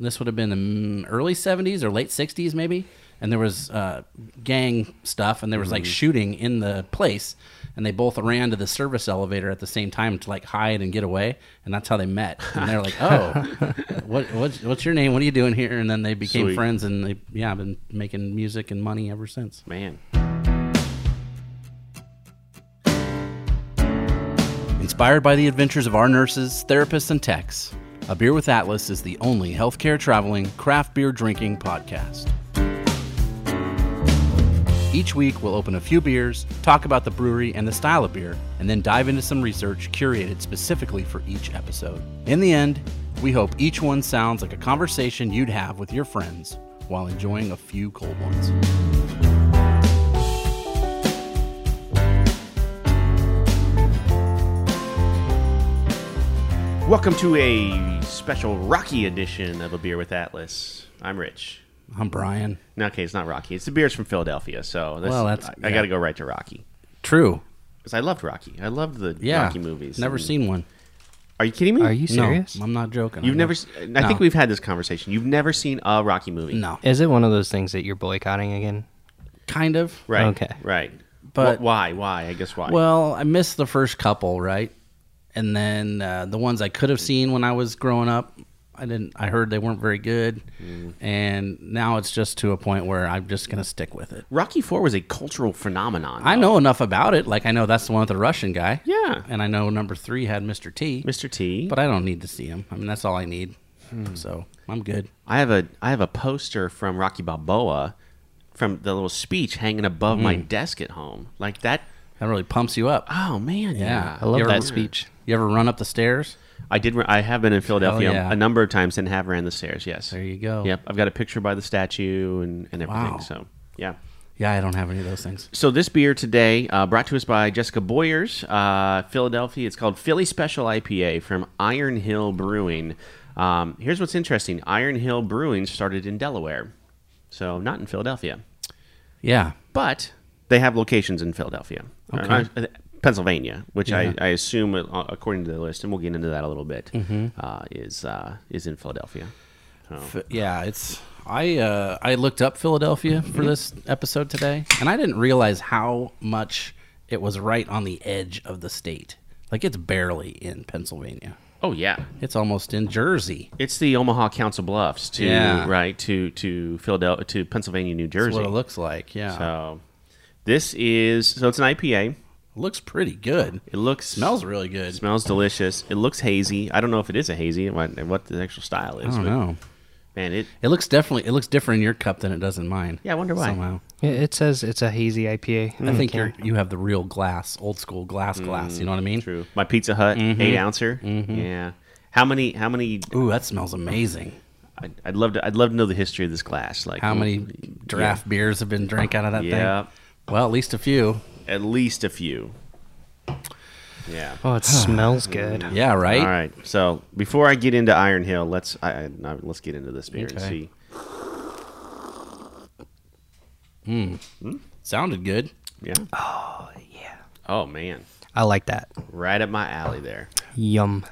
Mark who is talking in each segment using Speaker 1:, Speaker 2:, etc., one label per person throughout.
Speaker 1: This would have been the mm, early 70s or late 60s, maybe. And there was uh, gang stuff, and there was like shooting in the place. And they both ran to the service elevator at the same time to like hide and get away. And that's how they met. And they're like, "Oh, what, what's what's your name? What are you doing here?" And then they became
Speaker 2: Sweet.
Speaker 1: friends, and they yeah, been making music and money ever since.
Speaker 2: Man.
Speaker 1: Inspired by the adventures of our nurses, therapists, and techs, A Beer with Atlas is the only healthcare traveling, craft beer drinking podcast. Each week, we'll open a few beers, talk about the brewery and the style of beer, and then dive into some research curated specifically for each episode. In the end, we hope each one sounds like a conversation you'd have with your friends while enjoying a few cold ones.
Speaker 2: Welcome to a special Rocky edition of A Beer with Atlas. I'm Rich.
Speaker 1: I'm Brian.
Speaker 2: No, okay, it's not Rocky. It's the beers from Philadelphia. So this,
Speaker 1: Well, that's-
Speaker 2: I,
Speaker 1: yeah.
Speaker 2: got to go right to Rocky
Speaker 1: True.
Speaker 2: because I loved Rocky. I loved the
Speaker 1: Yeah.
Speaker 2: Rocky movies. Mm.
Speaker 1: Never
Speaker 2: And-
Speaker 1: seen one.
Speaker 2: Are you kidding me?
Speaker 3: Are you serious?
Speaker 1: No, I'm not joking.
Speaker 2: You've
Speaker 1: I
Speaker 2: never.
Speaker 1: know.
Speaker 2: se- I think we've had this conversation. You've never seen a Rocky movie.
Speaker 1: No.
Speaker 3: Is it one of those things that you're boycotting again?
Speaker 1: Kind of.
Speaker 2: Right.
Speaker 3: Okay.
Speaker 2: Right.
Speaker 1: But-
Speaker 2: Wh- why? Why? I guess why.
Speaker 1: Well, I missed the first couple, right? And then uh, the ones I could have seen when I was growing up, I didn't. I heard they weren't very good,
Speaker 2: Mm.
Speaker 1: and now it's just to a point where I'm just gonna stick with it.
Speaker 2: Rocky Four was a cultural phenomenon.
Speaker 1: I
Speaker 2: though.
Speaker 1: know enough about it. Like I know that's the one with the Russian guy.
Speaker 2: Yeah.
Speaker 1: and I know number three had Mr. T.
Speaker 2: Mr. T.
Speaker 1: But I don't need to see him. I mean, that's all I need.
Speaker 2: Hmm.
Speaker 1: So I'm good.
Speaker 2: I have a I have a poster from Rocky Balboa from the little speech hanging above my desk at home. Like that.
Speaker 1: That really pumps you up.
Speaker 2: Oh man, yeah.
Speaker 3: I love
Speaker 1: You ever-
Speaker 3: that speech.
Speaker 1: You ever run up the stairs?
Speaker 2: I did. run- I have been in Philadelphia
Speaker 1: yeah.
Speaker 2: a number of times and have ran the stairs. Yes.
Speaker 1: There you go.
Speaker 2: Yep. I've got a picture by the statue and and everything.
Speaker 1: Wow.
Speaker 2: So yeah.
Speaker 1: Yeah, I don't have any of those things.
Speaker 2: So this beer today, uh, brought to us by Jessica Boyers, uh, Philadelphia. It's called Philly Special IPA from Iron Hill Brewing. Um, here's what's interesting: Iron Hill Brewing started in Delaware, so not in Philadelphia,
Speaker 1: Yeah,
Speaker 2: but they have locations in Philadelphia, Or, uh, Pennsylvania, which I, I assume, uh, according to the list, and we'll get into that a little bit,
Speaker 1: Mm-hmm.
Speaker 2: uh, is uh, is in Philadelphia.
Speaker 1: F- yeah, it's I uh, I looked up Philadelphia for this episode today, and I didn't realize how much it was right on the edge of the state. Like it's barely in Pennsylvania.
Speaker 2: Oh yeah,
Speaker 1: It's almost in Jersey.
Speaker 2: it's the Omaha Council Bluffs to
Speaker 1: Yeah.
Speaker 2: right to to Philadelphia to Pennsylvania, New Jersey.
Speaker 1: That's what it looks like. Yeah,
Speaker 2: So this is so it's an IPA.
Speaker 1: looks pretty good.
Speaker 2: It looks
Speaker 1: Smells really good.
Speaker 2: smells delicious. It looks hazy. I don't know if it is a hazy. What, what the actual style
Speaker 1: I
Speaker 2: is?
Speaker 1: don't
Speaker 2: but,
Speaker 1: know.
Speaker 2: Man, it.
Speaker 1: It looks definitely. It looks different in your cup than it does in mine.
Speaker 2: Yeah, I wonder why.
Speaker 1: Somehow,
Speaker 3: Yeah, It says it's a hazy IPA.
Speaker 2: Mm.
Speaker 1: I think you you have the real glass, old school glass, glass. You know what I mean?
Speaker 2: True. My Pizza Hut
Speaker 1: Mm-hmm.
Speaker 2: eight ouncer. Yeah. How many? How many?
Speaker 1: Ooh, that smells amazing.
Speaker 2: I'd, I'd love to. I'd love to know the history of this glass. Like
Speaker 1: How many draft beers have been drank out of that
Speaker 2: Mm, Yeah.
Speaker 1: thing? Well, at least a few.
Speaker 2: At least a few. Yeah.
Speaker 3: Oh, it smells good.
Speaker 1: Yeah, right.
Speaker 2: All right. So before I get into Iron Hill, let's I, I, no, let's get into this beer and
Speaker 1: Okay.
Speaker 2: see.
Speaker 1: Sounded good.
Speaker 2: Yeah. Oh yeah. Oh man,
Speaker 3: I like that.
Speaker 2: right up my alley there.
Speaker 3: Yum.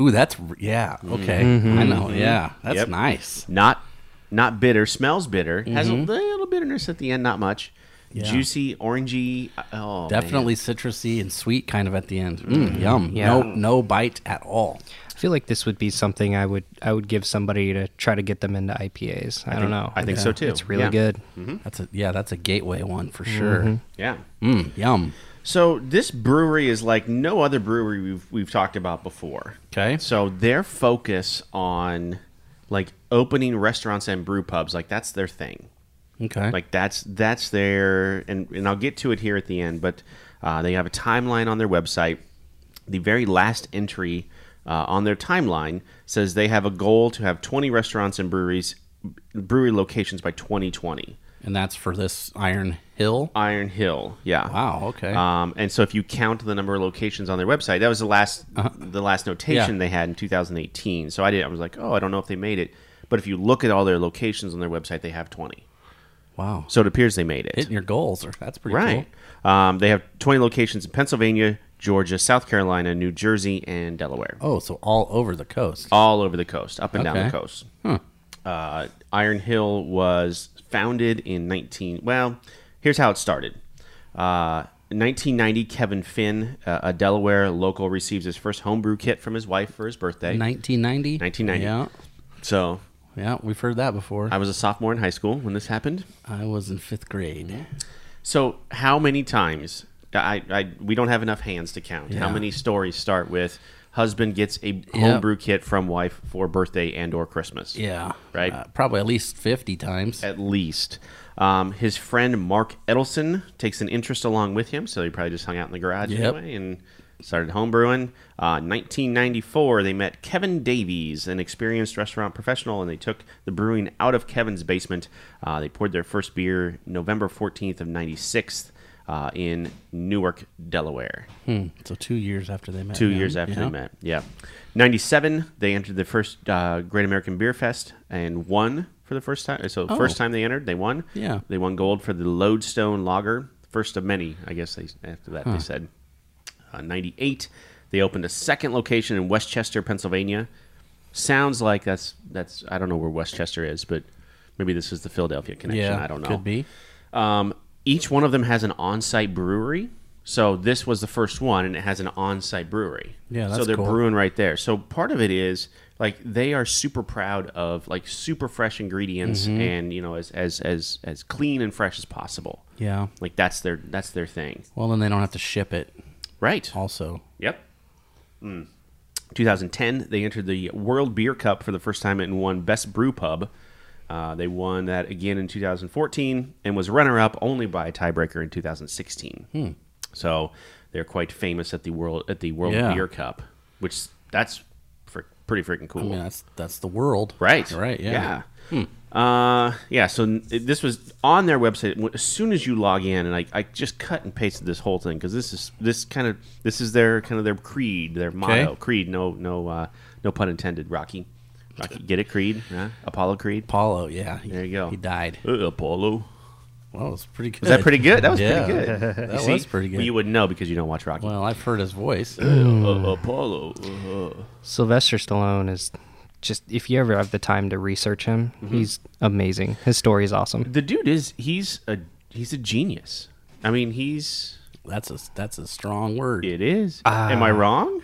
Speaker 1: Ooh, that's r- yeah. Okay, I know. Yeah, that's
Speaker 2: Mm-hmm. Yep.
Speaker 1: nice.
Speaker 2: not not bitter smells bitter has a
Speaker 1: Mm-hmm.
Speaker 2: little bitterness at the end not much juicy orangey oh
Speaker 1: Definitely citrusy and sweet, kind of at the end.
Speaker 2: Mm-hmm.
Speaker 1: Mm, Yum.
Speaker 3: Yeah.
Speaker 1: No, no bite at all.
Speaker 3: I feel like this would be something I would I would give somebody to try to get them into IPAs. I, don't know.
Speaker 2: I think so, too.
Speaker 3: It's really
Speaker 2: Yeah.
Speaker 3: good.
Speaker 1: That's a yeah. That's a gateway one for sure.
Speaker 2: man. yeah
Speaker 1: Mm, yum.
Speaker 2: so this brewery is like no other brewery we've we've talked about before
Speaker 1: Okay.
Speaker 2: so their focus on like opening restaurants and brew pubs like that's their thing
Speaker 1: Okay.
Speaker 2: like that's that's their and and I'll get to it here at the end, but uh, they have a timeline on their website. The very last entry uh, on their timeline says they have a goal to have 20 restaurants and breweries brewery locations by 2020.
Speaker 1: and that's for this Iron Hill.
Speaker 2: Iron Hill, yeah.
Speaker 1: Wow. Okay.
Speaker 2: Um, and so if you count the number of locations on their website, that was the last the last notation
Speaker 1: Uh-huh. Yeah.
Speaker 2: they had in 2018. So I did I was like, "Oh, I don't know if they made it." But if you look at all their locations on their website, they have 20.
Speaker 1: wow.
Speaker 2: So it appears they made it.
Speaker 1: Hitting your goals. Or, that's pretty
Speaker 2: Right. Um, they have 20 locations in Pennsylvania, Georgia, South Carolina, New Jersey, and Delaware.
Speaker 1: Oh, so all over the coast.
Speaker 2: All over the coast, up and down the
Speaker 1: Okay.
Speaker 2: coast. Uh, Iron Hill was founded in 19. Well, here's how it started. Uh, 1990, Kevin Finn, uh, a Delaware local, receives his first homebrew kit from his wife for his birthday.
Speaker 1: 1990.
Speaker 2: 1990.
Speaker 1: Yeah.
Speaker 2: So
Speaker 1: Yeah, we've heard that before.
Speaker 2: I was a sophomore in high school when this happened.
Speaker 1: I was in fifth grade.
Speaker 2: So how many times? I, I we don't have enough hands to count. How
Speaker 1: Yeah.
Speaker 2: many stories start with husband gets a homebrew kit from wife for birthday and or Christmas?
Speaker 1: Yeah.
Speaker 2: Right.
Speaker 1: Uh, probably at least 50 times.
Speaker 2: at least. Um, his friend Mark Edelson takes an interest along with him, so he probably just hung out in the garage
Speaker 1: Yep.
Speaker 2: anyway and started homebrewing. Uh, 1994, they met Kevin Davies, an experienced restaurant professional, and they took the brewing out of Kevin's basement. Uh, they poured their first beer November 14th of 96 uh, in Newark, Delaware.
Speaker 1: Hmm. So two years after they met.
Speaker 2: Two
Speaker 1: yeah.
Speaker 2: years after
Speaker 1: Yeah.
Speaker 2: they met. Yeah. 97, they entered the first uh, Great American Beer Fest and won for the first time. So, first time they entered, they won.
Speaker 1: Oh. Yeah.
Speaker 2: They won gold for the Lodestone Lager, first of many, I guess they after that they said. Uh, 98, they opened a second location in Westchester, Pennsylvania. Sounds like that's, that's I don't know where Westchester is, but maybe this is the Philadelphia connection.
Speaker 1: Yeah.
Speaker 2: I don't know.
Speaker 1: Could be.
Speaker 2: Um, each one of them has an on-site brewery. So this was the first one, and it has an on-site brewery.
Speaker 1: Yeah,
Speaker 2: so
Speaker 1: that's
Speaker 2: they're
Speaker 1: cool.
Speaker 2: brewing right there. So part of it is like they are super proud of like super fresh ingredients,
Speaker 1: Mm-hmm.
Speaker 2: and you know as as as as clean and fresh as possible.
Speaker 1: Yeah.
Speaker 2: Like that's their that's their thing,
Speaker 1: Well, then they don't have to ship it
Speaker 2: right?
Speaker 1: also.
Speaker 2: Yep. 2010, Hmm. they entered the World Beer Cup for the first time and won Best Brew Pub. Uh, they won that again in 2014 and was runner up only by a tiebreaker in 2016. So they're quite famous at the world at the World
Speaker 1: Yeah.
Speaker 2: Beer Cup, which that's fr- pretty freaking cool.
Speaker 1: I mean, that's that's the world.
Speaker 2: Right.
Speaker 1: Right. Yeah. Hmm.
Speaker 2: Yeah. Uh, yeah. So n- this was on their website. W- As soon as you log in, and I, I just cut and pasted this whole thing because this is this kind of this is their kind of their creed, their motto. Creed. No, no, uh, no pun intended. Rocky. Rocky. Get it? Creed. Yeah. Apollo Creed.
Speaker 1: Apollo. Yeah. He,
Speaker 2: There you go.
Speaker 1: He died.
Speaker 2: Uh, Apollo.
Speaker 1: Well, it's pretty good.
Speaker 2: Was that pretty good? That was
Speaker 1: Yeah.
Speaker 2: pretty good. You
Speaker 1: that
Speaker 2: see?
Speaker 1: was pretty
Speaker 2: Well,
Speaker 1: good.
Speaker 2: you wouldn't know because you don't watch Rocky.
Speaker 1: well, I've heard his voice.
Speaker 2: Uh, Apollo. uh.
Speaker 3: Sylvester Stallone is just if you ever have the time to research him,
Speaker 2: Mm-hmm.
Speaker 3: he's amazing. His story is awesome.
Speaker 2: The dude is he's a he's a genius. I mean, he's
Speaker 1: That's a that's a strong word.
Speaker 2: it is.
Speaker 1: Ah.
Speaker 2: Am I wrong?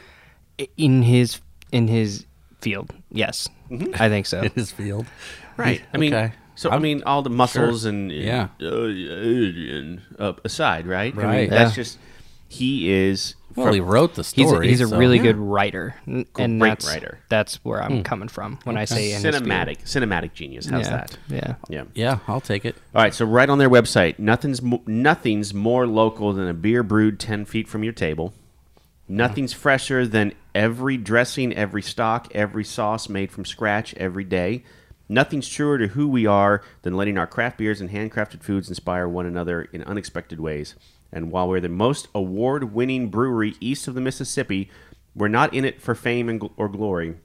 Speaker 3: I- In his in his field, yes,
Speaker 2: Mm-hmm.
Speaker 3: I think so.
Speaker 1: In his field.
Speaker 2: Right. I mean,
Speaker 1: Okay.
Speaker 2: so i mean, all the muscles and
Speaker 1: Yeah.
Speaker 2: uh, and up aside, right? I mean,
Speaker 1: Right.
Speaker 2: that's
Speaker 3: Yeah.
Speaker 2: just he is.
Speaker 1: Well, he wrote the
Speaker 3: He's a,
Speaker 1: story.
Speaker 3: he's a
Speaker 1: so-
Speaker 3: really good writer, n- and
Speaker 2: Great
Speaker 3: that's,
Speaker 2: writer. Hmm.
Speaker 3: That's where I'm coming from when I say in his field.
Speaker 2: cinematic, cinematic genius. How's
Speaker 3: yeah,
Speaker 2: that?
Speaker 3: Yeah.
Speaker 2: Yeah.
Speaker 1: Yeah, I'll take it.
Speaker 2: All right. So right on their website, nothing's mo- nothing's more local than a beer brewed ten feet from your table. Nothing's fresher than every dressing, every stock, every sauce made from scratch every day. Nothing's truer to who we are than letting our craft beers and handcrafted foods inspire one another in unexpected ways. And while we're the most award winning brewery east of the Mississippi, we're not in it for fame and gl- or glory.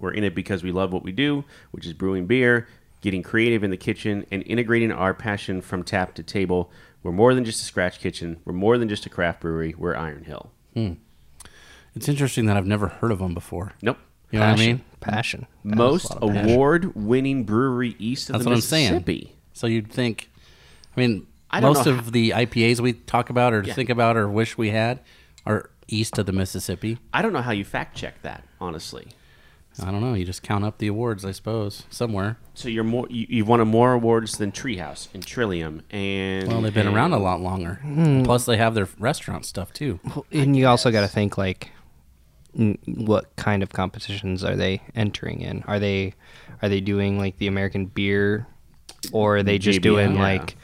Speaker 2: We're in it because we love what we do, which is brewing beer, getting creative in the kitchen, and integrating our passion from tap to table. We're more than just a scratch kitchen. We're more than just a craft brewery. We're Iron Hill.
Speaker 1: It's interesting that I've never heard of him before.
Speaker 2: Nope.
Speaker 1: You know what I
Speaker 3: Passion.
Speaker 1: mean?
Speaker 3: Passion. That was
Speaker 2: Most
Speaker 3: a lot of passion.
Speaker 2: award winning brewery east of
Speaker 1: That's
Speaker 2: the
Speaker 1: what I'm saying.
Speaker 2: Mississippi.
Speaker 1: So you'd think, I mean,
Speaker 2: I don't
Speaker 1: most
Speaker 2: know
Speaker 1: of the IPAs we talk about or think about or wish we had are east of the Mississippi.
Speaker 2: I don't know how you fact check that, honestly.
Speaker 1: I don't know. You just count up the awards, I suppose, somewhere.
Speaker 2: So you're more you, you've won more awards than Treehouse and Trillium and
Speaker 1: Well, they've been
Speaker 2: and-
Speaker 1: around a lot longer.
Speaker 2: Hmm.
Speaker 1: Plus, they have their restaurant stuff too.
Speaker 3: Well, and you also got to think like n- what kind of competitions are they entering in are they are they doing like the american beer or are they just
Speaker 2: JBL,
Speaker 3: doing
Speaker 2: yeah.
Speaker 3: like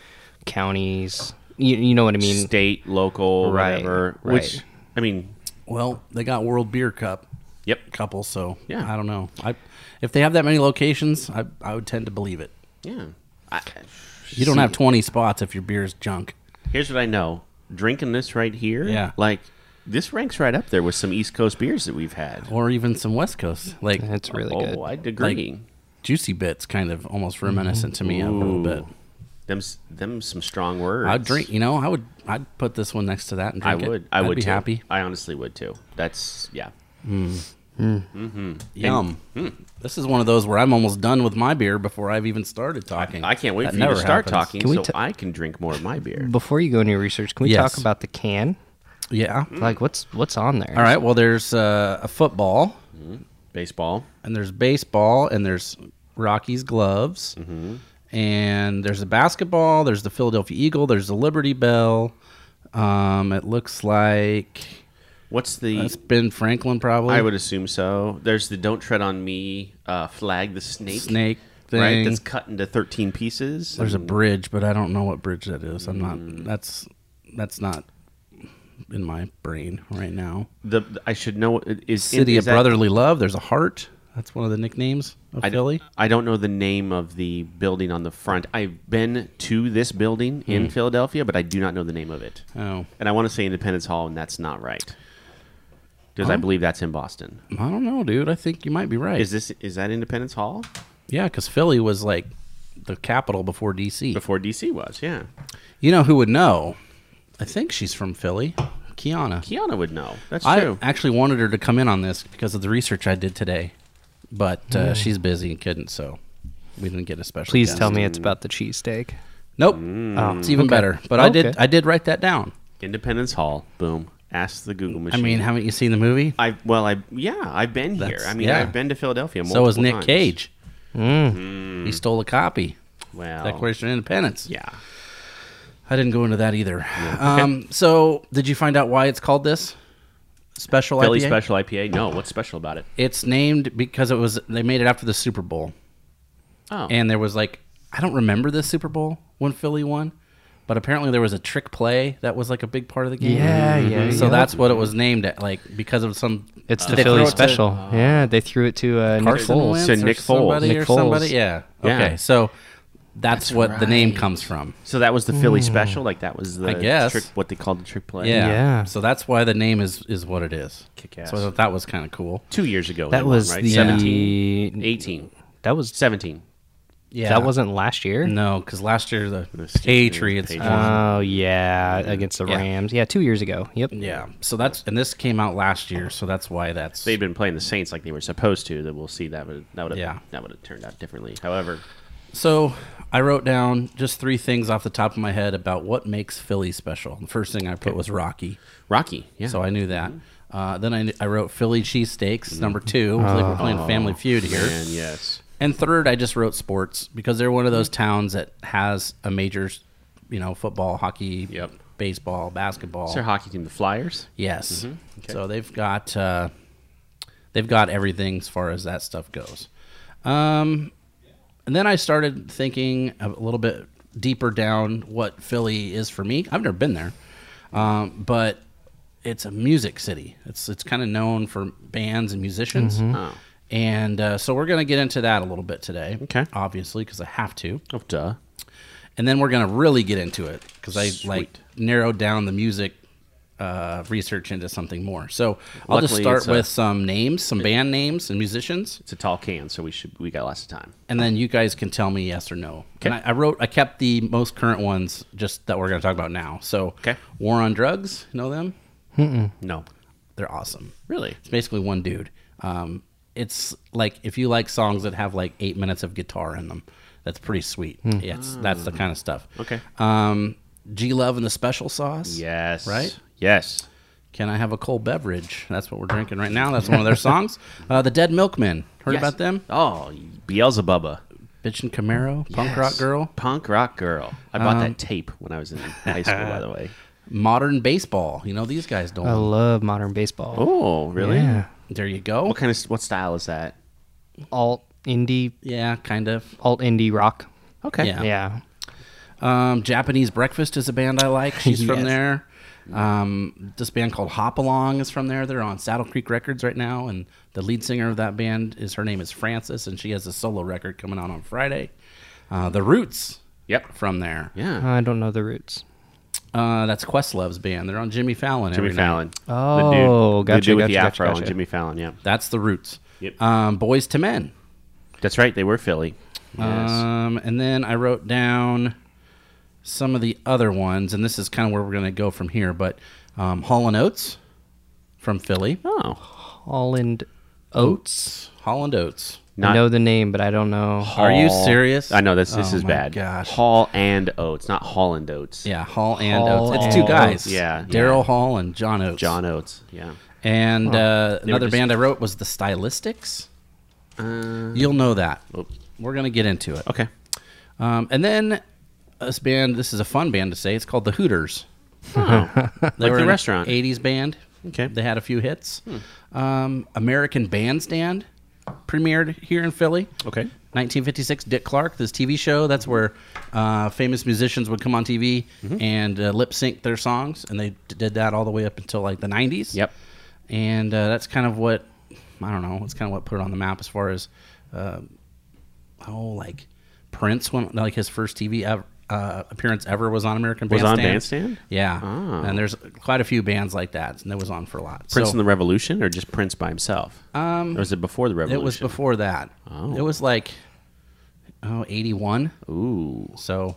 Speaker 3: counties you, you know what i mean
Speaker 2: state, local,
Speaker 3: Right,
Speaker 2: whatever.
Speaker 3: right.
Speaker 2: Which I mean,
Speaker 1: Well, they got World Beer Cup
Speaker 2: yep.
Speaker 1: couple, so
Speaker 2: Yeah.
Speaker 1: I don't know. I if they have that many locations, I I would tend to believe it.
Speaker 2: Yeah. I,
Speaker 1: You don't have 20 spots if your beer's junk.
Speaker 2: here's what I know. Drinking this right here,
Speaker 1: Yeah.
Speaker 2: like this ranks right up there with some East Coast beers that we've had.
Speaker 1: or even some West Coast, like
Speaker 3: that's really
Speaker 2: oh,
Speaker 3: good
Speaker 2: I'd agree.
Speaker 1: Juicy Bits, kind of almost reminiscent to me of a little bit.
Speaker 2: Them's them some strong words.
Speaker 1: I'd drink. You know, I would. I'd put this one next to that and
Speaker 2: I
Speaker 1: drink it.
Speaker 2: would. I
Speaker 1: I'd
Speaker 2: would
Speaker 1: be
Speaker 2: too.
Speaker 1: happy.
Speaker 2: I honestly would too. That's yeah.
Speaker 1: Yum. hmm, This is one of those where I'm almost done with my beer before I've even started talking.
Speaker 2: I can't wait
Speaker 1: That
Speaker 2: for you to
Speaker 1: never
Speaker 2: start
Speaker 1: happens.
Speaker 2: talking
Speaker 3: Can we
Speaker 2: so
Speaker 3: ta-
Speaker 2: I can drink more of my
Speaker 1: Mm.
Speaker 2: beer.
Speaker 3: Before you go into your research, can we
Speaker 1: Yes.
Speaker 3: talk about the can?
Speaker 1: Yeah.
Speaker 2: Hmm.
Speaker 3: Like, what's what's on there?
Speaker 1: All right. Well, there's uh, a football,
Speaker 2: Baseball.
Speaker 1: and there's baseball, and there's Rocky's gloves,
Speaker 2: Mm-hmm.
Speaker 1: and there's a basketball. There's the Philadelphia Eagle. There's the Liberty Bell. Um, it looks like
Speaker 2: What's the
Speaker 1: that's Ben Franklin, probably.
Speaker 2: I would assume so. There's the "Don't Tread on Me" uh, flag, the snake,
Speaker 1: snake thing.
Speaker 2: right? That's cut into thirteen pieces.
Speaker 1: There's a
Speaker 2: and-
Speaker 1: bridge, but I don't know what bridge that is. I'm
Speaker 2: Mm.
Speaker 1: not. That's that's not in my brain right now.
Speaker 2: the the- I should know it is
Speaker 1: City
Speaker 2: is
Speaker 1: of
Speaker 2: that-
Speaker 1: Brotherly Love. There's a heart. That's one of the nicknames of
Speaker 2: I,
Speaker 1: Philly.
Speaker 2: I don't know the name of the building on the front. I've been to this building
Speaker 1: Hmm.
Speaker 2: in Philadelphia, but I do not know the name of it.
Speaker 1: Oh,
Speaker 2: And I want to say Independence Hall, and that's not right because I believe that's in Boston.
Speaker 1: I don't know, dude. I think you might be right.
Speaker 2: Is this is that Independence Hall
Speaker 1: yeah, because Philly was like the capital before D.C.
Speaker 2: before DC was? Yeah,
Speaker 1: You know who would know? I think she's from Philly, Kiana.
Speaker 2: Kiana would know. That's
Speaker 1: I
Speaker 2: true.
Speaker 1: actually wanted her to come in on this because of the research I did today, but uh,
Speaker 2: Mm.
Speaker 1: she's busy and couldn't, so we didn't get a special.
Speaker 3: Please
Speaker 1: guest.
Speaker 3: tell me it's about the cheesesteak.
Speaker 1: Nope. Oh, it's even better. But I did
Speaker 3: Mm. Okay.
Speaker 1: I did write that down.
Speaker 2: Independence Hall. Boom. Ask the Google
Speaker 1: I
Speaker 2: machine.
Speaker 1: mean, haven't you seen the movie?
Speaker 2: I well, I yeah, I've been here.
Speaker 1: That's-
Speaker 2: I mean,
Speaker 1: yeah.
Speaker 2: I've been to Philadelphia.
Speaker 1: So was
Speaker 2: multiple
Speaker 1: Nick
Speaker 2: times.
Speaker 1: Cage.
Speaker 3: Mm.
Speaker 1: He stole a copy.
Speaker 2: Well,
Speaker 1: Declaration of Independence.
Speaker 2: yeah.
Speaker 1: I didn't go into that either. Um, so did you find out why it's called this? Special
Speaker 2: Philly
Speaker 1: IPA?
Speaker 2: Special IPA. No, what's special about it?
Speaker 1: It's named because it was they made it after the Super Bowl.
Speaker 2: Oh,
Speaker 1: and there was like I don't remember this Super Bowl when Philly won, but apparently there was a trick play that was like a big part of the game.
Speaker 3: Yeah, yeah,
Speaker 1: So
Speaker 3: yeah.
Speaker 1: that's what it was named at, like because of some.
Speaker 3: It's
Speaker 1: did
Speaker 3: the
Speaker 1: they
Speaker 3: Philly
Speaker 1: throw it to
Speaker 3: special. yeah, they threw it to uh, Nick
Speaker 1: Carson
Speaker 3: Foles.
Speaker 1: Wentz
Speaker 2: To
Speaker 1: or
Speaker 2: Nick Foles.
Speaker 1: somebody
Speaker 3: Nick
Speaker 1: or
Speaker 3: Foles.
Speaker 1: somebody. Yeah.
Speaker 2: Yeah.
Speaker 1: Okay. So that's, what the name comes from.
Speaker 2: so that was the Philly Special. Like that was the
Speaker 1: Hmm. I guess.
Speaker 2: trick. What they called the trick play.
Speaker 1: Yeah.
Speaker 3: Yeah.
Speaker 1: So that's why the name is is what it is.
Speaker 2: Kick ass.
Speaker 1: So I thought that was kind of cool.
Speaker 2: Two years ago. they
Speaker 3: That
Speaker 2: won,
Speaker 3: was
Speaker 2: right?
Speaker 1: uh,
Speaker 3: the um,
Speaker 2: 17, 18,
Speaker 3: that was
Speaker 2: 17.
Speaker 1: Yeah.
Speaker 3: that wasn't last year.
Speaker 1: no because last year the,
Speaker 2: stupid
Speaker 1: Patriots.
Speaker 2: Patriots.
Speaker 1: won.
Speaker 3: Oh yeah, against the
Speaker 1: Yeah.
Speaker 3: Rams. Yeah, two years ago. Yep.
Speaker 1: yeah. So that's and this came out last year. So that's why that's
Speaker 2: They'd been playing the Saints like they were supposed to. That we'll see. That would that would have
Speaker 1: Yeah.
Speaker 2: that would have turned out differently. However,
Speaker 1: So I wrote down just three things off the top of my head about what makes Philly special. The first thing I put was Rocky,
Speaker 2: Rocky. Yeah.
Speaker 1: so I knew that. Uh, then I, I wrote Philly cheesesteaks, number two. It's like we're playing Family Feud here.
Speaker 2: and yes.
Speaker 1: And third, I just wrote sports because they're one of those towns that has a major, you know, football, hockey,
Speaker 2: Yep.
Speaker 1: baseball, basketball.
Speaker 2: It's their hockey team, the Flyers.
Speaker 1: Yes. So they've got uh, they've got everything as far as that stuff goes. Um, and then I started thinking a little bit deeper down what Philly is for me. I've never been there, um, but it's a music city. It's it's kind of known for bands and musicians.
Speaker 2: Oh.
Speaker 1: And uh, so we're going to get into that a little bit today.
Speaker 2: Okay.
Speaker 1: Obviously, because I have to
Speaker 2: Oh, duh.
Speaker 1: and then we're gonna really get into it because I
Speaker 2: Sweet.
Speaker 1: like narrowed down the music uh, research into something more. So I'll just
Speaker 2: Luckily,
Speaker 1: start
Speaker 2: it's uh, a-
Speaker 1: with some names, some band names and musicians,
Speaker 2: It's a tall can, so we should we got lots of time.
Speaker 1: and then you guys can tell me yes or no. And I,
Speaker 2: Okay.
Speaker 1: I wrote, I kept the most current ones just that we're gonna talk about now. So
Speaker 2: Okay.
Speaker 1: War on Drugs, know them?
Speaker 2: No,
Speaker 1: They're awesome.
Speaker 2: really.
Speaker 1: It's basically one dude. Um, it's like if you like songs that have like eight minutes of guitar in them, that's pretty sweet. Yeah, it's, that's the kind of stuff.
Speaker 2: Hmm. Ah. Okay.
Speaker 1: Um, G Love and the Special Sauce.
Speaker 2: Yes.
Speaker 1: Right?
Speaker 2: Yes.
Speaker 1: Can I have a cold beverage? That's what we're drinking right now. That's one of their songs. Uh, the Dead Milkmen. Heard
Speaker 2: Yes.
Speaker 1: about them?
Speaker 2: Oh, Beelzebubba.
Speaker 1: Bitch and Camaro, Punk Rock
Speaker 2: Yes.
Speaker 1: Girl,
Speaker 2: Punk rock girl. I bought that tape when I was in high school, by the way.
Speaker 1: Modern Baseball. You know these guys don't.
Speaker 3: I love modern baseball.
Speaker 2: Oh, really?
Speaker 3: Yeah.
Speaker 1: there you go.
Speaker 2: What kind of what style is that?
Speaker 3: Alt indie,
Speaker 1: Yeah, kind of.
Speaker 3: alt indie rock.
Speaker 2: Okay.
Speaker 1: Yeah.
Speaker 3: Yeah.
Speaker 1: Um, Japanese Breakfast is a band I like. She's from
Speaker 3: Yes.
Speaker 1: there. Um, this band called Hop Along is from there. They're on Saddle Creek Records right now, and the lead singer of that band is her name is Frances, and she has a solo record coming out on Friday. Uh, the Roots
Speaker 2: Yep.
Speaker 1: from there.
Speaker 2: Yeah.
Speaker 3: I don't know the roots.
Speaker 1: Uh, that's Questlove's band. They're on Jimmy Fallon.
Speaker 2: Jimmy
Speaker 1: every night.
Speaker 2: Fallon.
Speaker 3: Oh,
Speaker 2: the dude,
Speaker 3: gotcha,
Speaker 2: The dude with the
Speaker 3: gotcha,
Speaker 2: afro
Speaker 3: gotcha,
Speaker 2: on
Speaker 3: gotcha.
Speaker 2: Jimmy Fallon. Yeah.
Speaker 1: That's the Roots.
Speaker 2: Yep.
Speaker 1: Um, Boys to Men. Uh,
Speaker 2: That's right. They were Philly. Yes.
Speaker 1: Um, and then I wrote down some of the other ones, and this is kind of where we're going to go from here. But um, Hall and Oates from Philly,
Speaker 2: Oh,
Speaker 3: Holland Oh, Oats.
Speaker 1: Holland Oates.
Speaker 3: I
Speaker 2: not.
Speaker 3: know the name, but I don't know.
Speaker 1: Are you
Speaker 2: Hall-
Speaker 1: serious?
Speaker 2: I know this. This
Speaker 1: Oh
Speaker 2: is
Speaker 1: my
Speaker 2: bad.
Speaker 1: gosh.
Speaker 2: Hall and Oates, not Holland Oates.
Speaker 1: Yeah, Hall and
Speaker 3: Hall
Speaker 1: Oates. It's two
Speaker 3: and
Speaker 1: guys.
Speaker 2: Oates, yeah,
Speaker 1: Daryl
Speaker 2: yeah.
Speaker 1: Hall and John Oates.
Speaker 2: John Oates. Yeah.
Speaker 1: And uh,
Speaker 2: were
Speaker 1: another
Speaker 2: just-
Speaker 1: band I wrote was the Stylistics. You'll know that.
Speaker 2: Oh.
Speaker 1: We're going to get into it.
Speaker 2: Okay.
Speaker 1: Um, and then this band, this is a fun band to say. It's called the Hooters.
Speaker 2: like
Speaker 1: They were
Speaker 2: the
Speaker 1: an
Speaker 2: restaurant.
Speaker 1: 80s band.
Speaker 2: Okay. Hmm.
Speaker 1: They had a few hits. Um, American Bandstand premiered here in Philly.
Speaker 2: Okay.
Speaker 1: 1956, Dick Clark, this TV show. That's where uh, famous musicians would come on TV
Speaker 2: Mm-hmm.
Speaker 1: and uh, lip sync their songs. And they d- did that all the way up until like the 90s.
Speaker 2: Yep.
Speaker 1: And uh, that's kind of what, I don't know, it's kind of what put it on the map as far as, uh, oh, like Prince, when like his first TV ever, uh, appearance ever was on American
Speaker 2: Was on
Speaker 1: Bandstand.
Speaker 2: Bandstand?
Speaker 1: Yeah.
Speaker 2: Oh.
Speaker 1: And there's quite a few bands like that. And it was on for a lot.
Speaker 2: Prince
Speaker 1: So-
Speaker 2: and the Revolution, or just Prince by himself? Um, or was it before the Revolution?
Speaker 1: It was before that.
Speaker 2: Oh.
Speaker 1: It was like oh, 81.
Speaker 2: Ooh,
Speaker 1: So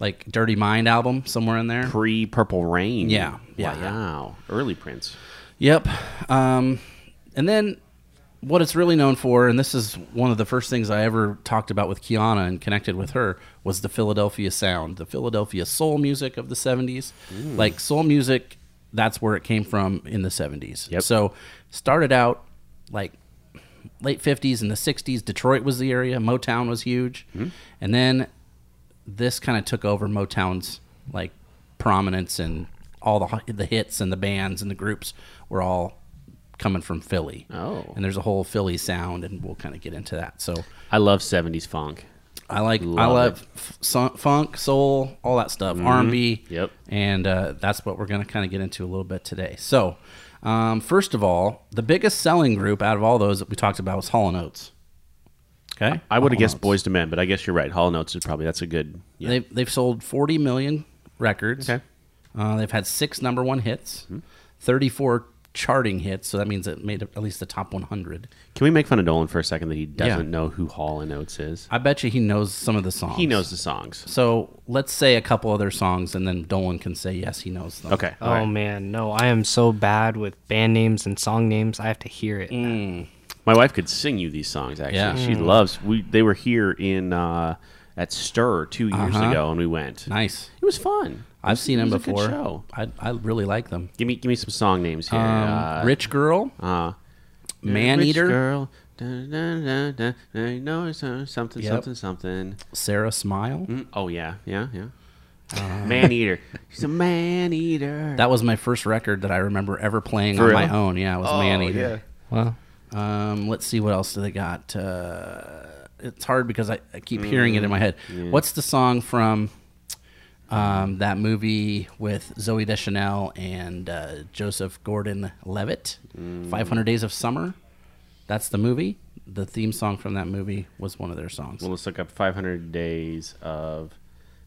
Speaker 1: like Dirty Mind album somewhere in there.
Speaker 2: pre Purple Rain.
Speaker 1: Yeah, yeah, yeah.
Speaker 2: Wow. Early Prince.
Speaker 1: Yep. Um, and then what it's really known for, and this is one of the first things I ever talked about with Kiana and connected with her, was the Philadelphia sound, the Philadelphia soul music of the 70s. Like soul music, that's where it came from in the 70s.
Speaker 2: Yep.
Speaker 1: So started out like late 50s and the 60s. Detroit was the area, Motown was huge. And then this kind of took over Motown's like prominence and all the the hits and the bands and the groups were all coming from Philly.
Speaker 2: Oh.
Speaker 1: and there's a whole Philly sound, and we'll kind of get into that. So
Speaker 2: I love 70s funk.
Speaker 1: I like I
Speaker 2: Love Mm-hmm.
Speaker 1: love f- so- funk, soul, all that stuff, R and B.
Speaker 2: Yep.
Speaker 1: and uh, that's what we're gonna kind of get into a little bit today. So. Um, first of all, the biggest selling group out of all those that we talked about was Hall and Oates. Okay,
Speaker 2: I would have
Speaker 1: Hall and
Speaker 2: guessed Boys to Men, but I guess you're right. Hall Notes is probably that's a good. Yeah.
Speaker 1: They've, they've sold 40 million records.
Speaker 2: Okay. Mm-hmm.
Speaker 1: Uh, they've had six number one hits, 34 charting hits. So that means it made at least the top 100.
Speaker 2: Can we make fun of Dolan for a second that he doesn't
Speaker 1: Yeah.
Speaker 2: know who Hall and Oates is?
Speaker 1: I bet you he knows some of the songs.
Speaker 2: He knows the songs.
Speaker 1: So let's say a couple other songs, and then Dolan can say yes, he knows them.
Speaker 2: Okay.
Speaker 3: Oh man, no! I am so bad with band names and song names. I have to hear it.
Speaker 2: My wife could sing you these songs. Actually,
Speaker 1: Yeah.
Speaker 2: she loves. We they were here in uh, at Stir two years
Speaker 1: Uh-huh.
Speaker 2: ago, and we went.
Speaker 1: Nice.
Speaker 2: It was fun.
Speaker 1: I've seen him
Speaker 2: was a good
Speaker 1: before.
Speaker 2: show.
Speaker 1: I, I really like them.
Speaker 2: Give me give me some song names here.
Speaker 1: Um,
Speaker 2: uh,
Speaker 1: Rich Girl,
Speaker 2: uh,
Speaker 1: Man
Speaker 2: Rich
Speaker 1: Eater,
Speaker 2: girl. Dun, dun, dun, dun, dun, no, it's, uh, something,
Speaker 1: Yep.
Speaker 2: something, something.
Speaker 1: Sarah Smile.
Speaker 2: Mm, Oh yeah, yeah, yeah. man eater. She's a man eater.
Speaker 1: Uh, That was my first record that I remember ever playing
Speaker 2: For
Speaker 1: on
Speaker 2: real?
Speaker 1: my own. Oh, Yeah, it was
Speaker 2: Oh,
Speaker 1: Man Eater.
Speaker 3: Well,
Speaker 1: Um, let's see what else do they got. Uh, it's hard because I, I keep hearing it in my head. What's the song from um, that movie with Zoe Deschanel and uh, Joseph Gordon-Levitt? Five Hundred Days of Summer. That's the movie. The theme song from that movie was one of their songs.
Speaker 2: Well, let's look up 500 days of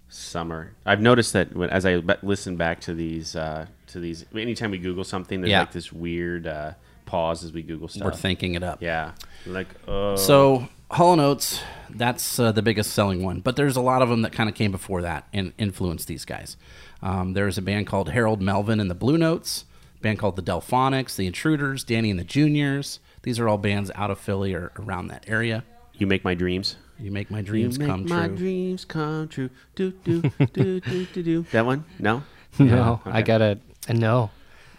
Speaker 2: summer. I've noticed that when, as I be- listen back to these, uh, to these, anytime we Google something, there's
Speaker 1: Yeah.
Speaker 2: like this weird uh, pause as we Google stuff.
Speaker 1: We're thinking it up.
Speaker 2: Yeah, like uh,
Speaker 1: So Hall and Oates, that's uh, the biggest selling one, but there's a lot of them that kind of came before that and influenced these guys. Um, there's a band called Harold Melvin and the Blue Notes, a band called the Delphonics, the Intruders, Danny and the Juniors. These are all bands out of Philly or around that area.
Speaker 2: you make my dreams.
Speaker 1: You make my
Speaker 2: You
Speaker 1: dreams
Speaker 2: make
Speaker 1: come
Speaker 2: my
Speaker 1: true.
Speaker 2: dreams come true. Do do do do do do. That one? No.
Speaker 3: no, I
Speaker 2: okay.
Speaker 3: gotta uh, no.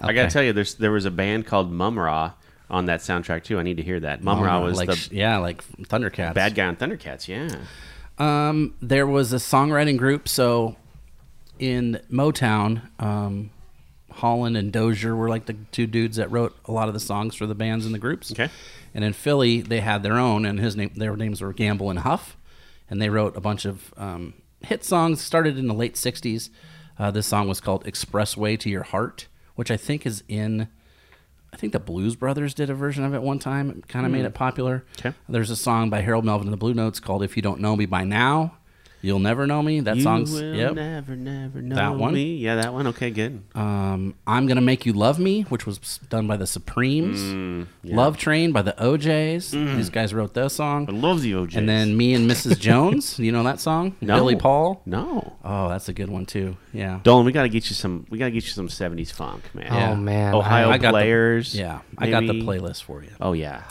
Speaker 2: I gotta
Speaker 1: Okay.
Speaker 2: tell you, there's there was a band called Mum Ra on that soundtrack too. I need to hear that. Mum Ra was
Speaker 1: Oh, like,
Speaker 2: the
Speaker 1: sh- yeah, like Thundercats.
Speaker 2: bad guy on Thundercats. Yeah.
Speaker 1: Um, there was a songwriting group. So in Motown, um, Holland and Dozier were like the two dudes that wrote a lot of the songs for the bands and the groups.
Speaker 2: Okay.
Speaker 1: And in Philly, they had their own, and his name, their names were Gamble and Huff, and they wrote a bunch of um, hit songs. Started in the late '60s. Uh, this song was called "Expressway to Your Heart," which I think is in. I think the Blues Brothers did a version of it one time. It kind of made it popular.
Speaker 2: Hmm. Okay.
Speaker 1: There's a song by Harold Melvin and the Blue Notes called "If You Don't Know Me by Now," You'll never know me. That song's
Speaker 2: will
Speaker 1: yep.
Speaker 2: never, never know
Speaker 1: That one?
Speaker 2: me. Yeah, that one. Okay, good.
Speaker 1: Um, I'm gonna make you love me, which was done by the Supremes.
Speaker 2: Hmm,
Speaker 1: Love Train by the OJ's. These guys wrote that song.
Speaker 2: I love Hmm. the OJ.
Speaker 1: And then Me and Mrs. Jones. you know that song? Billy Paul.
Speaker 2: No.
Speaker 1: Oh, that's a good one too. Yeah.
Speaker 2: Dolan, we gotta get you some. We gotta get you some '70s funk, man.
Speaker 1: Yeah.
Speaker 3: Oh man,
Speaker 2: Ohio
Speaker 1: I got the-
Speaker 2: players.
Speaker 1: Yeah, I got the
Speaker 2: maybe.
Speaker 1: playlist for you.
Speaker 2: Oh yeah.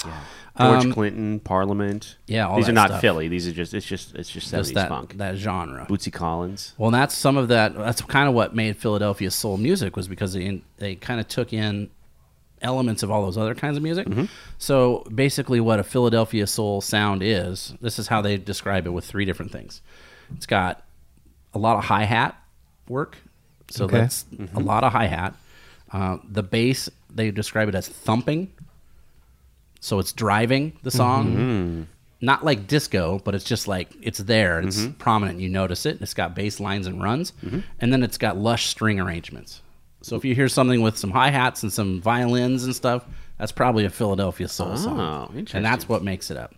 Speaker 2: George
Speaker 1: Um,
Speaker 2: Clinton, Parliament.
Speaker 1: Yeah, all
Speaker 2: these
Speaker 1: that
Speaker 2: are not
Speaker 1: stuff.
Speaker 2: Philly. These are just. It's just. It's just
Speaker 1: Just
Speaker 2: '70s
Speaker 1: that
Speaker 2: funk.
Speaker 1: that genre.
Speaker 2: Bootsy Collins.
Speaker 1: Well, and that's some of that. That's kind of what made Philadelphia soul music was because they they kind of took in elements of all those other kinds of music. So basically, what a Philadelphia soul sound is, this is how they describe it with three different things. It's got a lot of hi hat work, so
Speaker 3: Okay.
Speaker 1: that's a lot of hi hat. Uh, the bass they describe it as thumping, so it's driving the song not like disco, but it's just like it's there. It's prominent. You notice it. It's got bass lines and runs, and then it's got lush string arrangements. So if you hear something with some hi hats and some violins and stuff, that's probably a Philadelphia soul song.
Speaker 2: interesting.
Speaker 1: And that's what makes it up.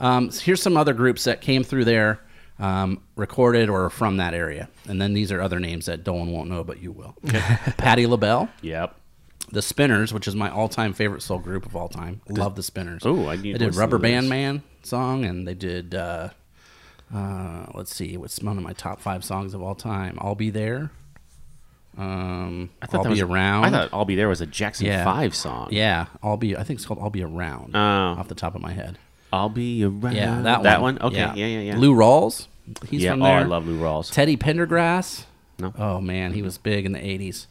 Speaker 1: Um, so here's some other groups that came through there, um, recorded or from that area. And then these are other names that Dolan won't know, but you will. Patty LaBelle,
Speaker 2: Yep.
Speaker 1: The Spinners, which is my all-time favorite soul group of all time. Love The Spinners.
Speaker 2: Oh, I
Speaker 1: They
Speaker 2: need to
Speaker 1: did
Speaker 2: listen
Speaker 1: Rubber
Speaker 2: to
Speaker 1: Band
Speaker 2: this.
Speaker 1: Man song, and they did. Uh, uh, let's see, what's one of my top five songs of all time? I'll be there. Um, I will
Speaker 2: that
Speaker 1: be
Speaker 2: was-
Speaker 1: around.
Speaker 2: I thought "I'll Be There" was a Jackson
Speaker 1: Yeah.
Speaker 2: Five song.
Speaker 1: yeah, I'll be. I think it's called "I'll Be Around."
Speaker 2: Oh.
Speaker 1: off the top of my head.
Speaker 2: I'll be around.
Speaker 1: Yeah, that
Speaker 2: That
Speaker 1: one.
Speaker 2: one. Okay. Yeah. Yeah. Yeah.
Speaker 1: Lou Rawls. He's
Speaker 2: yeah.
Speaker 1: from
Speaker 2: oh,
Speaker 1: there.
Speaker 2: I love Lou Rawls.
Speaker 1: Teddy Pendergrass.
Speaker 2: No.
Speaker 1: Oh man, he was big in the '80s.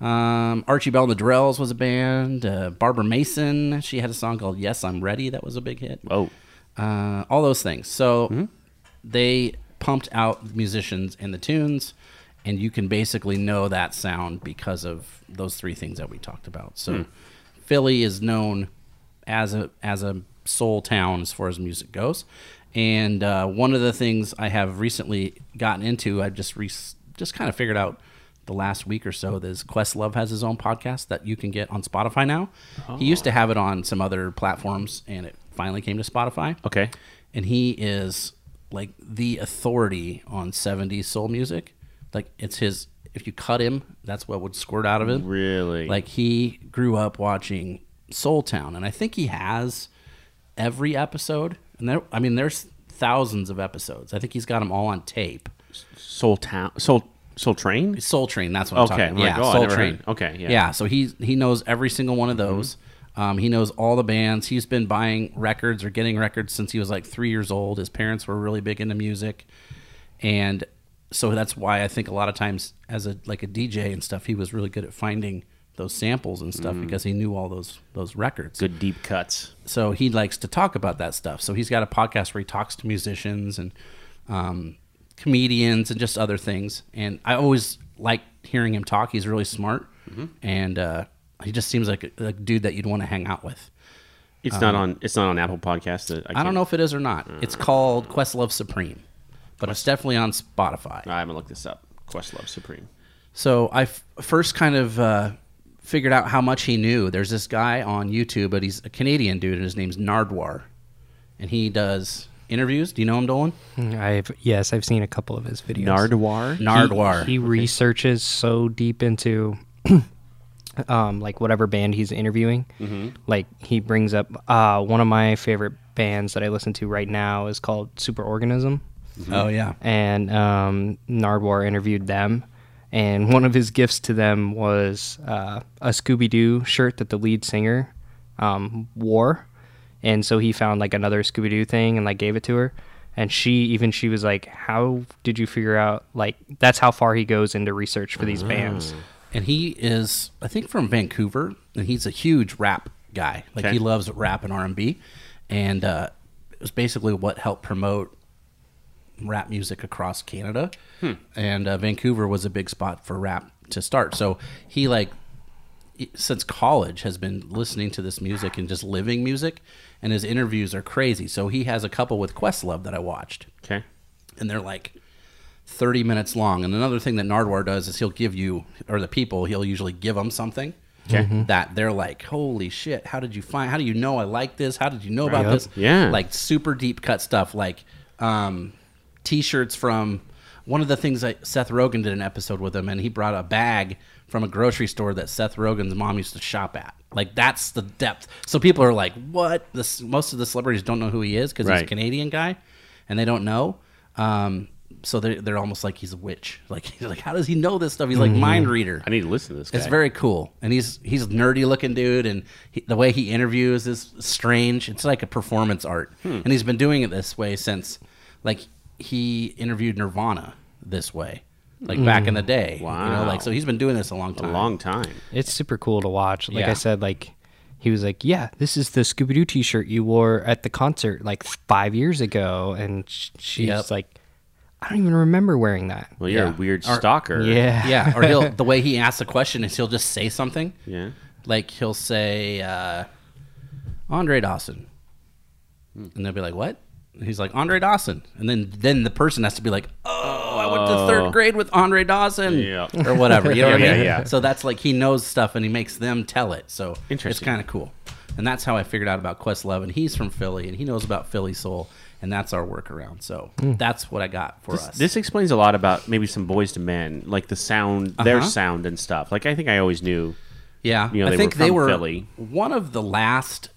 Speaker 1: Um, Archie Bell and the Drells was a band. Uh, Barbara Mason, she had a song called "Yes, I'm Ready" that was a big hit.
Speaker 2: oh.
Speaker 1: Uh, all those things. So they pumped out the musicians and the tunes, and you can basically know that sound because of those three things that we talked about. So Philly is known as a as a soul town as far as music goes. And uh, one of the things I have recently gotten into, I just re- just kind of figured out the last week or so this Questlove has his own podcast that you can get on Spotify now.
Speaker 2: Oh.
Speaker 1: He used to have it on some other platforms and it finally came to Spotify.
Speaker 2: Okay.
Speaker 1: And he is like the authority on 70s soul music. Like it's his if you cut him, that's what would squirt out of him.
Speaker 2: Really?
Speaker 1: Like he grew up watching Soul Town and I think he has every episode. And there I mean there's thousands of episodes. I think he's got them all on tape.
Speaker 2: Soul Town. Soul. Soul Train.
Speaker 1: Soul Train. That's what I'm
Speaker 2: Okay,
Speaker 1: talking
Speaker 2: I'm like,
Speaker 1: about.
Speaker 2: oh,
Speaker 1: Yeah,
Speaker 2: I
Speaker 1: Soul
Speaker 2: never
Speaker 1: Train.
Speaker 2: heard. Okay, yeah. Mm-hmm.
Speaker 1: So he he knows every single one of those. Um, he knows all the bands. He's been buying records or getting records since he was like three years old. His parents were really big into music, and so that's why I think a lot of times as a like a DJ and stuff, he was really good at finding those samples and stuff
Speaker 2: Mm-hmm.
Speaker 1: because he knew all those those records
Speaker 2: Good deep cuts.
Speaker 1: so he likes to talk about that stuff. So he's got a podcast where he talks to musicians and um, comedians and just other things. And I always like hearing him talk. He's really smart, and uh, he just seems like a, a dude that you'd want to hang out with.
Speaker 2: It's not on. It's not on Apple Podcasts. I,
Speaker 1: Uh-huh. I
Speaker 2: can't-
Speaker 1: don't know if it is or not. It's called Questlove Supreme, but it's definitely on Spotify.
Speaker 2: I haven't looked this up. Questlove Supreme.
Speaker 1: So I f- first kind of uh, figured out how much he knew. There's this guy on YouTube, but he's a Canadian dude, and his name's Nardwar, and he does interviews. Do you know him, Dolan?
Speaker 3: I've yes, I've seen a couple of his videos.
Speaker 2: Nardwar.
Speaker 3: He-
Speaker 1: Nardwar.
Speaker 3: He, researches so deep into, um, like whatever band he's interviewing. Like he brings up uh, one of my favorite bands that I listen to right now is called Superorganism,
Speaker 1: oh yeah.
Speaker 3: and um, Nardwar interviewed them. And one of his gifts to them was uh, a Scooby Doo shirt that the lead singer um, wore, and so he found like another Scooby Doo thing and like gave it to her. And she even she was like, "How did you figure out like that's how far he goes into research for these bands?"
Speaker 1: And he is, I think, from Vancouver, and he's a huge rap guy. Like
Speaker 2: Okay.
Speaker 1: he loves rap and R and B, and uh, it was basically what helped promote rap music across Canada. And uh, Vancouver was a big spot for rap to start. So he like since college has been listening to this music and just living music and his interviews are crazy so he has a couple with questlove that i watched
Speaker 2: Okay.
Speaker 1: and they're like 30 minutes long. And another thing that Nardwar does is he'll give you, or the people, he'll usually give them something that they're like, holy shit, how did you find, how do you know I like this? How did you know about
Speaker 3: Yep.
Speaker 1: this?
Speaker 2: Yeah.
Speaker 1: Like super deep cut stuff. Like, um, T-shirts from one of the things that Seth Rogen did an episode with him, and he brought a bag from a grocery store that Seth Rogen's mom used to shop at. Like that's the depth. So people are like, "What?" This most of the celebrities don't know who he is because he's a
Speaker 2: Right.
Speaker 1: Canadian guy, and they don't know. Um, so they're, they're almost like he's a witch. Like he's like, how does he know this stuff? He's like mind reader.
Speaker 2: Mm-hmm. I need to listen to this guy.
Speaker 1: It's very cool, and he's he's a nerdy looking dude, and he, the way he interviews is strange. It's like a performance art,
Speaker 2: Hmm.
Speaker 1: and he's been doing it this way since, like he interviewed Nirvana this way, like back in the day. you know,
Speaker 2: Hmm. Wow.
Speaker 1: like so he's been doing this a long
Speaker 2: a
Speaker 1: time.
Speaker 2: long time.
Speaker 3: It's super cool to watch. Like
Speaker 1: Yeah.
Speaker 3: I said, like he was like, "Yeah, this is the Scooby Doo T-shirt you wore at the concert like five years ago," and sh- she's
Speaker 1: Yep.
Speaker 3: like, "I don't even remember wearing that."
Speaker 2: Well, you're
Speaker 1: Yeah.
Speaker 2: a weird
Speaker 1: Or-
Speaker 2: stalker.
Speaker 3: yeah,
Speaker 1: yeah, or he'll the way he asks a question is he'll just say something,
Speaker 2: Yeah.
Speaker 1: like he'll say uh, Andre Dawson, and they'll be like, "What?" And he's like Andre Dawson, and then then the person has to be like, "Oh, I went to third grade with Andre Dawson,
Speaker 2: Yeah.
Speaker 1: or whatever." You know what
Speaker 2: Yeah,
Speaker 1: I mean?
Speaker 2: yeah, yeah.
Speaker 1: So that's like he knows stuff and he makes them tell it. So it's
Speaker 2: Interesting.
Speaker 1: kind of cool, and that's how I figured out about Questlove, and he's from Philly and he knows about Philly soul, and that's our workaround. So
Speaker 2: Hmm.
Speaker 1: that's what I got for us.
Speaker 2: This explains a lot about maybe some boys to men, like the sound, their
Speaker 1: Uh-huh.
Speaker 2: sound and stuff. Like I think I always knew.
Speaker 1: Yeah,
Speaker 2: You know,
Speaker 1: I
Speaker 2: they were
Speaker 1: think they
Speaker 2: from
Speaker 1: were
Speaker 2: Philly.
Speaker 1: one of the last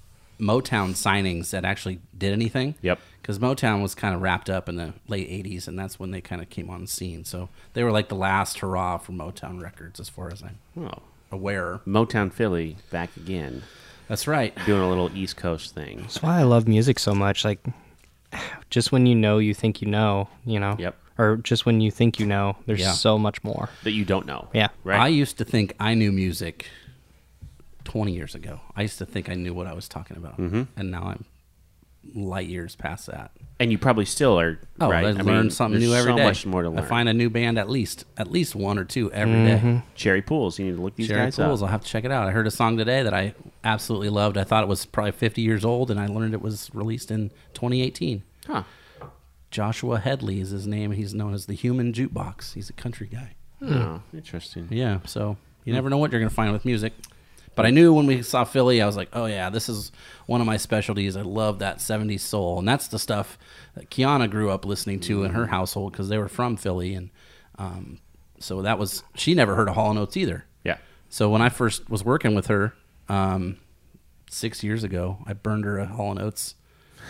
Speaker 1: Motown signings that actually did anything.
Speaker 2: Yep.
Speaker 1: Because Motown was kind of wrapped up in the late '80s, and that's when they kind of came on the scene. So they were like the last hurrah for Motown records, as far as I'm
Speaker 2: Oh,
Speaker 1: aware.
Speaker 2: Motown Philly back again,
Speaker 1: That's right.
Speaker 2: doing a little East Coast thing.
Speaker 3: That's why I love music so much. Like, just when you know, you think you know. You know.
Speaker 2: Yep.
Speaker 3: Or just when you think you know, there's
Speaker 1: Yeah.
Speaker 3: so much more.
Speaker 2: that you don't know.
Speaker 3: Yeah.
Speaker 2: Right.
Speaker 1: I used to think I knew music 20 years ago. I used to think I knew what I was talking about,
Speaker 2: Mm-hmm.
Speaker 1: and now I'm light years past that.
Speaker 2: and you probably still are.
Speaker 1: Oh,
Speaker 2: right.
Speaker 1: I, learn something
Speaker 2: there's
Speaker 1: new every
Speaker 2: so
Speaker 1: day.
Speaker 2: much more to learn.
Speaker 1: I find a new band at least at least one or two every day.
Speaker 2: Cherry Pools. You need to look these
Speaker 1: Cherry
Speaker 2: guys
Speaker 1: Pools.
Speaker 2: up.
Speaker 1: I'll have to check it out. I heard a song today that I absolutely loved. I thought it was probably 50 years old, and I learned it was released in 2018.
Speaker 2: Huh.
Speaker 1: Joshua Headley is his name. He's known as the Human Jukebox. He's a country guy.
Speaker 2: Oh, interesting.
Speaker 1: Yeah, so you
Speaker 2: Hmm.
Speaker 1: never know what you're going to find with music. But I knew when we saw Philly, I was like, oh, yeah, this is one of my specialties. I love that 70s soul. And that's the stuff that Kiana grew up listening to in
Speaker 2: Mm-hmm.
Speaker 1: her household because they were from Philly. And um, so that was, she never heard of Hall Notes either.
Speaker 2: Yeah.
Speaker 1: So when I first was working with her um, six years ago, I burned her a Hall and Oates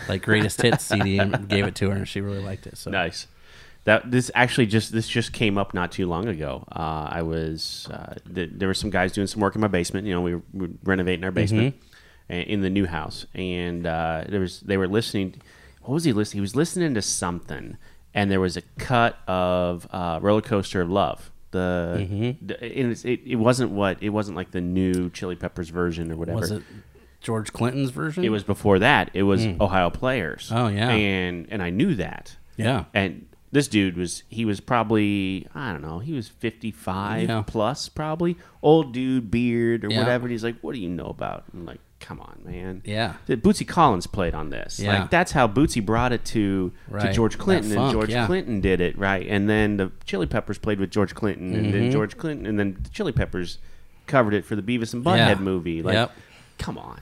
Speaker 1: like greatest hits CD and gave it to her, and she really liked it. So
Speaker 2: Nice. That this actually just this just came up not too long ago. Uh, I was uh, th- there were some guys doing some work in my basement. You know, we were, we were renovating our basement
Speaker 1: Mm-hmm.
Speaker 2: a- in the new house, and uh, there was they were listening. What was he listening? He was listening to something, and there was a cut of uh, Roller Coaster of Love. The,
Speaker 1: Mm-hmm.
Speaker 2: the- and it's, it, it wasn't what it wasn't like the new Chili Peppers version or whatever.
Speaker 1: was it George Clinton's version?
Speaker 2: It was before that. It was Ohio Players.
Speaker 1: Hmm. Oh, yeah.
Speaker 2: and and I knew that.
Speaker 1: Yeah.
Speaker 2: And this dude was he was probably I don't know he was fifty five
Speaker 1: Yeah.
Speaker 2: plus probably old dude beard or
Speaker 1: Yeah.
Speaker 2: whatever. And he's like, what do you know about? I'm like, come on, man.
Speaker 1: Yeah.
Speaker 2: The Bootsy Collins played on this.
Speaker 1: Yeah.
Speaker 2: Like that's how Bootsy brought it to to
Speaker 1: Right.
Speaker 2: George
Speaker 1: That
Speaker 2: Clinton and
Speaker 1: funk,
Speaker 2: George
Speaker 1: yeah.
Speaker 2: Clinton did it right. And then the Chili Peppers played with George Clinton and
Speaker 1: Mm-hmm.
Speaker 2: then George Clinton and then the Chili Peppers covered it for the Beavis and Butthead
Speaker 1: Yeah.
Speaker 2: movie. Like,
Speaker 1: Yep.
Speaker 2: come on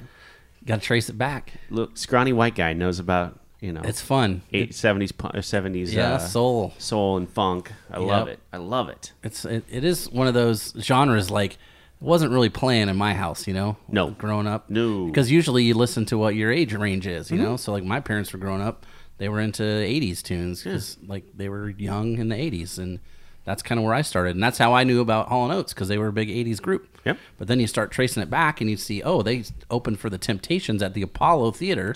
Speaker 1: Got to trace it back.
Speaker 2: look, scrawny white guy knows about you know
Speaker 1: It's fun.
Speaker 2: eight seventies seventies
Speaker 1: yeah,
Speaker 2: uh,
Speaker 1: soul.
Speaker 2: soul and funk. I love
Speaker 1: Yep.
Speaker 2: it. I love it.
Speaker 1: It's it, it is one of those genres like it wasn't really playing in my house, you know.
Speaker 2: No.
Speaker 1: growing up,
Speaker 2: No. Mm-hmm.
Speaker 1: because usually you listen to what your age range is, you know. So like my parents were growing up, they were into '80s tunes because like they were young in the '80s, and that's kind of where I started, and that's how I knew about Hall and Oates because they were a big '80s group.
Speaker 2: Yep.
Speaker 1: But then you start tracing it back, and you see, oh, they opened for the Temptations at the Apollo Theater,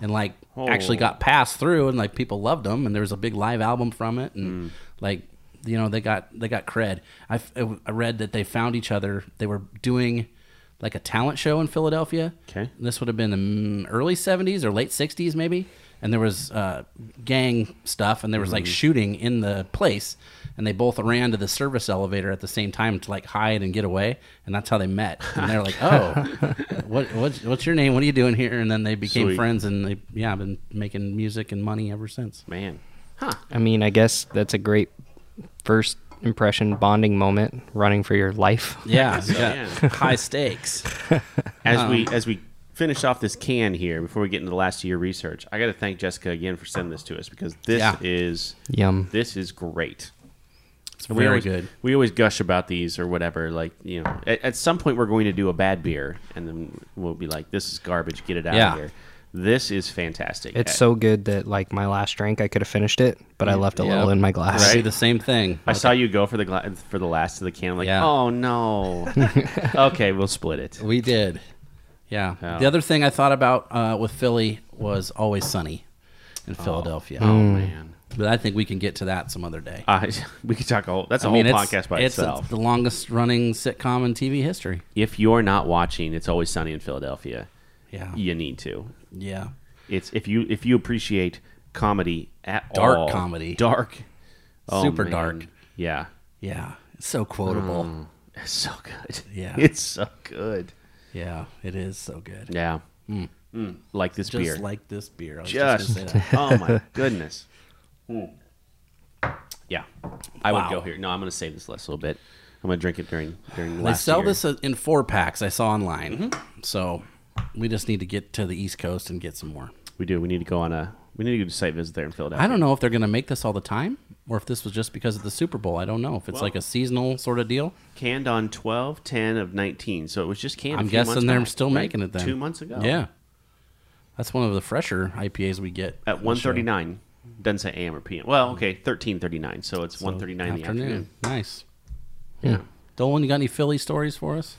Speaker 1: and like actually
Speaker 2: Oh.
Speaker 1: got passed through and like people loved them and there was a big live album from it and like you know they got they got cred I, f- I read that they found each other they were doing like a talent show in philadelphia
Speaker 2: Okay.
Speaker 1: And this would have been the mm, early 70s or late 60s maybe and there was uh, gang stuff and there was like shooting in the place and they both ran to the service elevator at the same time to like hide and get away and that's how they met and they're like oh what, what's, what's your name what are you doing here and then they became
Speaker 2: Sweet.
Speaker 1: friends friends and they yeah i've been making music and money ever since
Speaker 2: Man. Huh.
Speaker 3: I mean, I guess that's a great first impression bonding moment, running for your life.
Speaker 1: yeah,
Speaker 2: yeah.
Speaker 1: high stakes
Speaker 2: As we as we finish off this can here before we get into the last year research. I got to thank Jessica again for sending this to us because this
Speaker 1: Yeah.
Speaker 2: is
Speaker 3: Yum.
Speaker 2: This is great.
Speaker 1: It's
Speaker 2: we
Speaker 1: very
Speaker 2: always,
Speaker 1: good.
Speaker 2: We always gush about these or whatever. Like you know, at, at some point we're going to do a bad beer, and then we'll be like, "This is garbage. Get it out
Speaker 1: Yeah.
Speaker 2: of here." This is fantastic.
Speaker 3: It's
Speaker 2: Uh,
Speaker 3: so good that like my last drink, I could have finished it, but I left a
Speaker 1: Yeah.
Speaker 3: little in my
Speaker 1: I
Speaker 3: glass.
Speaker 1: do the same thing.
Speaker 2: I saw you go for the gla- for the last of the can. I'm like,
Speaker 1: Yeah.
Speaker 2: oh no. okay, we'll split it.
Speaker 1: We did. Yeah.
Speaker 2: Yeah.
Speaker 1: The other thing I thought about uh, with Philly was always sunny in Philadelphia.
Speaker 2: Oh man,
Speaker 1: But I think we can get to that some other day.
Speaker 2: I we could talk a whole. That's a
Speaker 1: I mean,
Speaker 2: whole
Speaker 1: it's,
Speaker 2: podcast by
Speaker 1: it's,
Speaker 2: itself.
Speaker 1: it's the longest running sitcom in TV history.
Speaker 2: if you're not watching, it's always sunny in Philadelphia.
Speaker 1: Yeah.
Speaker 2: You need to.
Speaker 1: Yeah.
Speaker 2: It's if you if you appreciate comedy at
Speaker 1: Dark
Speaker 2: all,
Speaker 1: comedy.
Speaker 2: dark, Oh,
Speaker 1: Super
Speaker 2: man.
Speaker 1: dark.
Speaker 2: Yeah,
Speaker 1: Yeah. It's so quotable.
Speaker 2: it's so good.
Speaker 1: Yeah.
Speaker 2: it's so good.
Speaker 1: Yeah. It is so good.
Speaker 2: Yeah, Mm. like this
Speaker 1: Just
Speaker 2: beer.
Speaker 1: like this beer. I was
Speaker 2: just,
Speaker 1: just gonna say that.
Speaker 2: oh my goodness. Mm. Yeah, I
Speaker 1: Wow.
Speaker 2: would go here. No, I'm gonna save this last little bit. I'm gonna drink it during during.
Speaker 1: They
Speaker 2: last
Speaker 1: sell
Speaker 2: year.
Speaker 1: this uh, in four packs I saw online. So we just need to get to the East Coast and get some more.
Speaker 2: We do. We need to go on a. We need to go to site visit there in Philadelphia.
Speaker 1: I don't know if they're going to make this all the time or if this was just because of the Super Bowl. I don't know if it's like a seasonal sort of deal.
Speaker 2: Canned on 12, 10 of 19. So it was just canned. a
Speaker 1: I'm
Speaker 2: few months
Speaker 1: guessing they're
Speaker 2: back,
Speaker 1: still
Speaker 2: right?
Speaker 1: making it then.
Speaker 2: Two months ago.
Speaker 1: Yeah. That's one of the fresher IPAs we get.
Speaker 2: at
Speaker 1: on the
Speaker 2: one
Speaker 1: show.
Speaker 2: thirty nine. Doesn't say AM or PM. Well,
Speaker 1: Mm.
Speaker 2: okay, thirteen thirty nine. So it's one thirty nine in the afternoon.
Speaker 1: Nice. Yeah. Dolan, you got any Philly stories for us?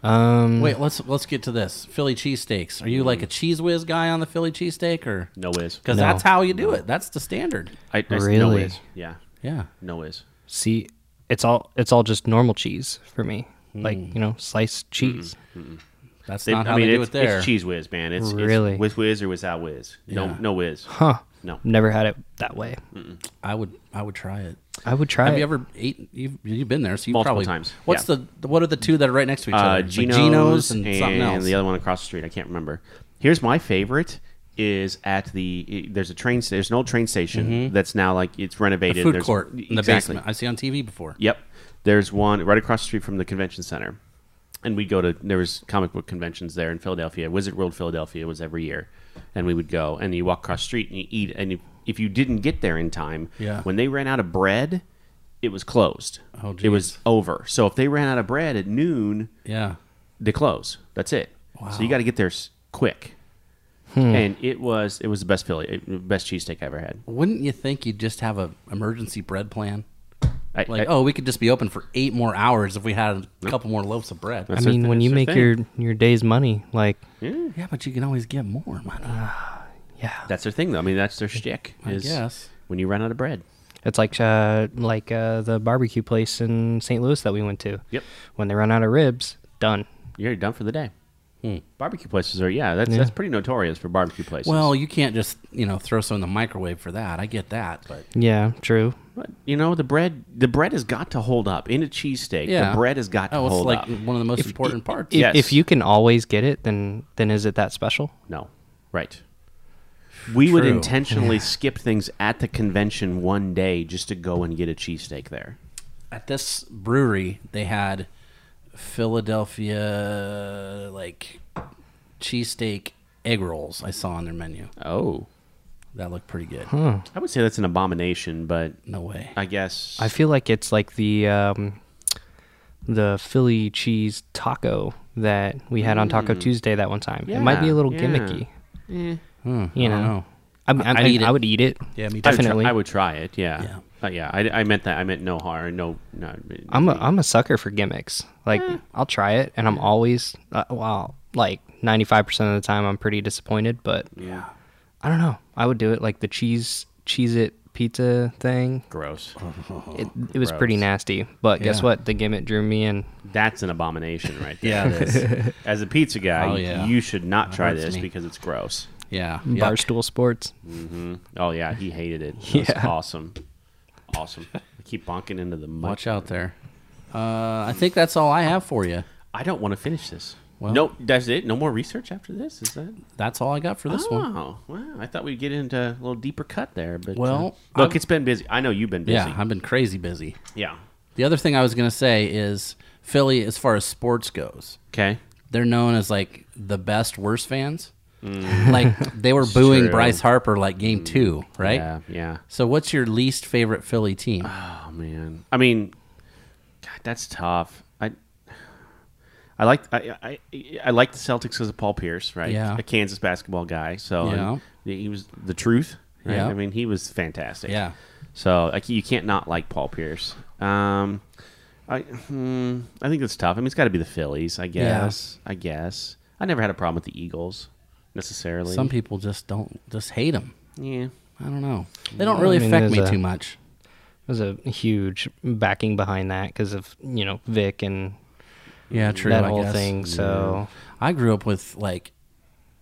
Speaker 3: Um,
Speaker 1: Wait, let's let's get to this. Philly cheesesteaks. Are you like a cheese whiz guy on the Philly cheesesteak or
Speaker 2: No whiz.
Speaker 1: because
Speaker 3: No.
Speaker 1: that's how you do it. That's the standard.
Speaker 2: I, I, No
Speaker 3: Really?
Speaker 2: whiz. Yeah.
Speaker 1: Yeah.
Speaker 2: No whiz.
Speaker 3: see, it's all it's all just normal cheese for me. Like you know, sliced cheese.
Speaker 1: That's
Speaker 2: They-
Speaker 1: not how they do
Speaker 2: it's,
Speaker 1: it there.
Speaker 2: it's cheese whiz, man. It's
Speaker 3: Really?
Speaker 2: it's with whiz or without whiz. No,
Speaker 1: Yeah.
Speaker 2: no whiz.
Speaker 3: Huh?
Speaker 2: No.
Speaker 3: Never had it that way.
Speaker 1: I would I would try it.
Speaker 3: I would try.
Speaker 1: Have
Speaker 3: it.
Speaker 1: you ever eaten? You've, you've been there, so you
Speaker 2: Multiple
Speaker 1: probably
Speaker 2: times,
Speaker 1: What's
Speaker 2: yeah.
Speaker 1: the what are the two that are right next to each
Speaker 2: Uh,
Speaker 1: other? Like
Speaker 2: Geno's,
Speaker 1: and, something else.
Speaker 2: the other one across the street. I can't remember. Here's my favorite. Is at the there's a train sta- there's an old train station that's now like it's renovated.
Speaker 1: food
Speaker 2: There's-
Speaker 1: court in Mm-hmm. the
Speaker 2: Exactly.
Speaker 1: basement. I see on TV before.
Speaker 2: Yep. There's one right across the street from the convention center. And we'd go to there was comic book conventions there in Philadelphia. Wizard World Philadelphia was every year. And we would go and you walk across the street and you eat and if, if you didn't get there in time,
Speaker 1: Yeah.
Speaker 2: when they ran out of bread, it was closed.
Speaker 1: Oh,
Speaker 2: it was over. So if they ran out of bread at noon,
Speaker 1: Yeah,
Speaker 2: they close. That's it. So you got to get there s- quick.
Speaker 1: Hmm.
Speaker 2: And it was it was the best Philly best cheesesteak I ever had.
Speaker 1: wouldn't you think you'd just have a emergency bread plan?
Speaker 2: I,
Speaker 1: Like,
Speaker 2: I-
Speaker 1: oh, we could just be open for eight more hours if we had a couple more loaves of bread.
Speaker 3: I
Speaker 2: It's their
Speaker 3: mean,
Speaker 2: th-
Speaker 3: when
Speaker 2: it's
Speaker 3: you
Speaker 2: their
Speaker 3: make
Speaker 2: thing.
Speaker 3: your your day's money, like
Speaker 1: yeah, but you can always get more money.
Speaker 3: yeah,
Speaker 2: that's their thing though. I mean, that's their shtick. Is
Speaker 1: guess.
Speaker 2: when you run out of bread.
Speaker 3: It's like uh, like uh, the barbecue place in St. Louis that we went to.
Speaker 2: Yep.
Speaker 3: When they run out of ribs, done.
Speaker 2: you're done for the day.
Speaker 1: Hmm.
Speaker 2: Barbecue places are yeah, that's that's pretty notorious for barbecue places.
Speaker 1: Well, you can't just you know throw some in the microwave for that. I get that, but
Speaker 3: Yeah, true.
Speaker 2: But, you know the bread the bread has got to hold up in a cheesesteak.
Speaker 1: Yeah.
Speaker 2: The bread has got to
Speaker 1: oh, it's
Speaker 2: hold
Speaker 1: like
Speaker 2: up.
Speaker 1: one of the most important parts.
Speaker 3: If,
Speaker 2: Yes.
Speaker 3: if you can always get it, then then is it that special?
Speaker 2: No, right. We would
Speaker 1: True.
Speaker 2: intentionally skip things at the convention one day just to go and get a cheesesteak there.
Speaker 1: at this brewery they had Philadelphia like cheesesteak egg rolls I saw on their menu.
Speaker 2: Oh,
Speaker 1: That looked pretty good.
Speaker 2: I would say that's an abomination, but
Speaker 1: No way.
Speaker 2: I guess
Speaker 3: I feel like it's like the um, the Philly cheese taco that we had on Taco Tuesday that one time. It might
Speaker 2: Mm.
Speaker 3: be
Speaker 2: Yeah,
Speaker 3: a little
Speaker 2: yeah.
Speaker 3: gimmicky.
Speaker 1: Hmm, I
Speaker 3: You
Speaker 1: don't
Speaker 3: know,
Speaker 1: know.
Speaker 3: I, mean, I,
Speaker 1: I'd
Speaker 3: I-
Speaker 1: eat it.
Speaker 3: I would eat it.
Speaker 1: Yeah, me too.
Speaker 2: I would try-
Speaker 3: definitely.
Speaker 2: I would try it. Yeah,
Speaker 1: Yeah.
Speaker 2: Uh, yeah. I, I meant that. I meant no harm. No, no.
Speaker 3: I'm a I'm a sucker for gimmicks. Like I'll try it, and I'm always uh, well, like 95 percent of the time, I'm pretty disappointed. But
Speaker 1: Yeah.
Speaker 3: I don't know. I would do it like the cheese cheese it pizza thing.
Speaker 2: gross.
Speaker 3: It, it was pretty
Speaker 2: gross.
Speaker 3: nasty, but
Speaker 1: Yeah.
Speaker 3: guess what? The gimmick drew me in.
Speaker 2: That's an abomination, right there.
Speaker 1: Yeah, it is.
Speaker 2: As a pizza guy,
Speaker 1: Oh, yeah.
Speaker 2: you should not try
Speaker 1: hurts
Speaker 2: this
Speaker 1: me.
Speaker 2: because it's gross.
Speaker 1: yeah. Yuck.
Speaker 3: Barstool Sports.
Speaker 2: Oh yeah, he hated it. It's
Speaker 3: Yeah.
Speaker 2: awesome. Awesome. I keep bonking into the mic.
Speaker 1: Watch out there. Uh, I think that's all I have for you.
Speaker 2: I don't want to finish this.
Speaker 1: Well-
Speaker 2: no, that's it. No more research after this. Is that?
Speaker 1: That's all I got for this
Speaker 2: oh,
Speaker 3: Ah.
Speaker 1: one.
Speaker 2: wow. I thought we'd get into a little deeper cut there, but uh,
Speaker 1: Well,
Speaker 2: look,
Speaker 1: I've-
Speaker 2: it's been busy. I know you've been busy.
Speaker 1: Yeah, I've been crazy busy.
Speaker 2: yeah.
Speaker 1: The other thing I was going to say is Philly as far as sports goes.
Speaker 2: Okay.
Speaker 1: they're known as like the best worst fans. like they were booing
Speaker 2: Mm. True. Mm.
Speaker 1: Bryce Harper like game two, right?
Speaker 2: Yeah, yeah.
Speaker 1: So what's your least favorite Philly team?
Speaker 2: Oh man, I mean, God, that's tough. I I like I I, I like the Celtics because of Paul Pierce, right?
Speaker 1: Yeah.
Speaker 2: a Kansas basketball guy. So
Speaker 1: Yeah.
Speaker 2: and he was the truth. Right?
Speaker 1: Yeah.
Speaker 2: I mean, he was fantastic.
Speaker 1: Yeah.
Speaker 2: So like, you can't not like Paul Pierce. Um, I hmm, I think it's tough. I mean, it's got to be the Phillies, I guess. I guess I never had a problem with the Eagles necessarily.
Speaker 1: Some people just don't just hate them.
Speaker 2: yeah.
Speaker 1: I don't know. They don't
Speaker 3: I
Speaker 1: really
Speaker 3: mean,
Speaker 1: affect me
Speaker 3: there's a-
Speaker 1: too much.
Speaker 3: There's a huge backing behind that because of you know Vic and
Speaker 1: Yeah, true.
Speaker 3: that
Speaker 1: I
Speaker 3: whole
Speaker 1: guess.
Speaker 3: thing. So
Speaker 1: I grew up with like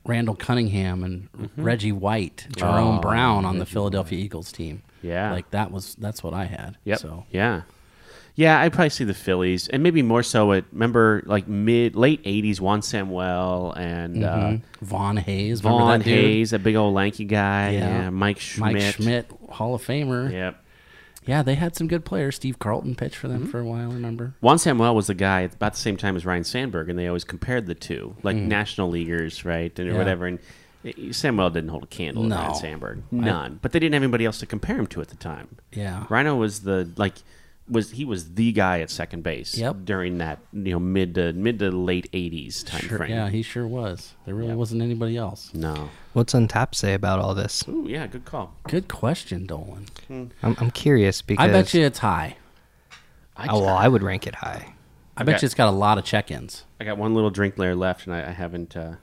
Speaker 1: Randall Cunningham and
Speaker 2: Mm-hmm.
Speaker 1: Reggie White, Jerome Brown on the Philadelphia Eagles team.
Speaker 2: Oh, Yeah.
Speaker 1: like that was that's what I had.
Speaker 2: Yep.
Speaker 1: So
Speaker 2: Yeah. Yeah, I'd probably see the Phillies, and maybe more so at remember like mid late '80s Juan Samuel and uh,
Speaker 1: Vaughn Hayes, Mm-hmm. remember
Speaker 2: Vaughn
Speaker 1: that dude?
Speaker 2: Hayes, that big old lanky guy,
Speaker 1: Yeah.
Speaker 2: yeah. Mike Schmidt,
Speaker 1: Mike Schmidt. Hall of Famer. Yeah.
Speaker 2: Yep.
Speaker 1: they had some good players. Steve Carlton pitched for
Speaker 2: Mm-hmm.
Speaker 1: them for a while. I remember.
Speaker 2: Juan Samuel was the guy at about the same time as Ryan Sandberg, and they always compared the two, like national leaguers, right, and
Speaker 1: Mm. Yeah.
Speaker 2: whatever. And eh, Samuel didn't hold a candle to
Speaker 1: No.
Speaker 2: Ryan Sandberg, none. but they didn't have anybody else to compare him to at the time.
Speaker 1: Yeah.
Speaker 2: Rhino was the like was he was the guy at second base
Speaker 1: Yep.
Speaker 2: during that you know mid to mid to late '80s time frame.
Speaker 1: Yeah, he sure was. There really wasn't anybody else.
Speaker 2: no.
Speaker 3: what's Untap say about all this?
Speaker 2: Ooh, yeah, good call.
Speaker 1: Good question, Dolan.
Speaker 3: I'm, I'm curious because
Speaker 1: I bet you it's high.
Speaker 2: I,
Speaker 3: Oh, well, I would rank it high.
Speaker 1: I bet
Speaker 2: Okay.
Speaker 1: you it's got a lot of check-ins.
Speaker 2: I got one little drink layer left, and I, I haven't. Uh,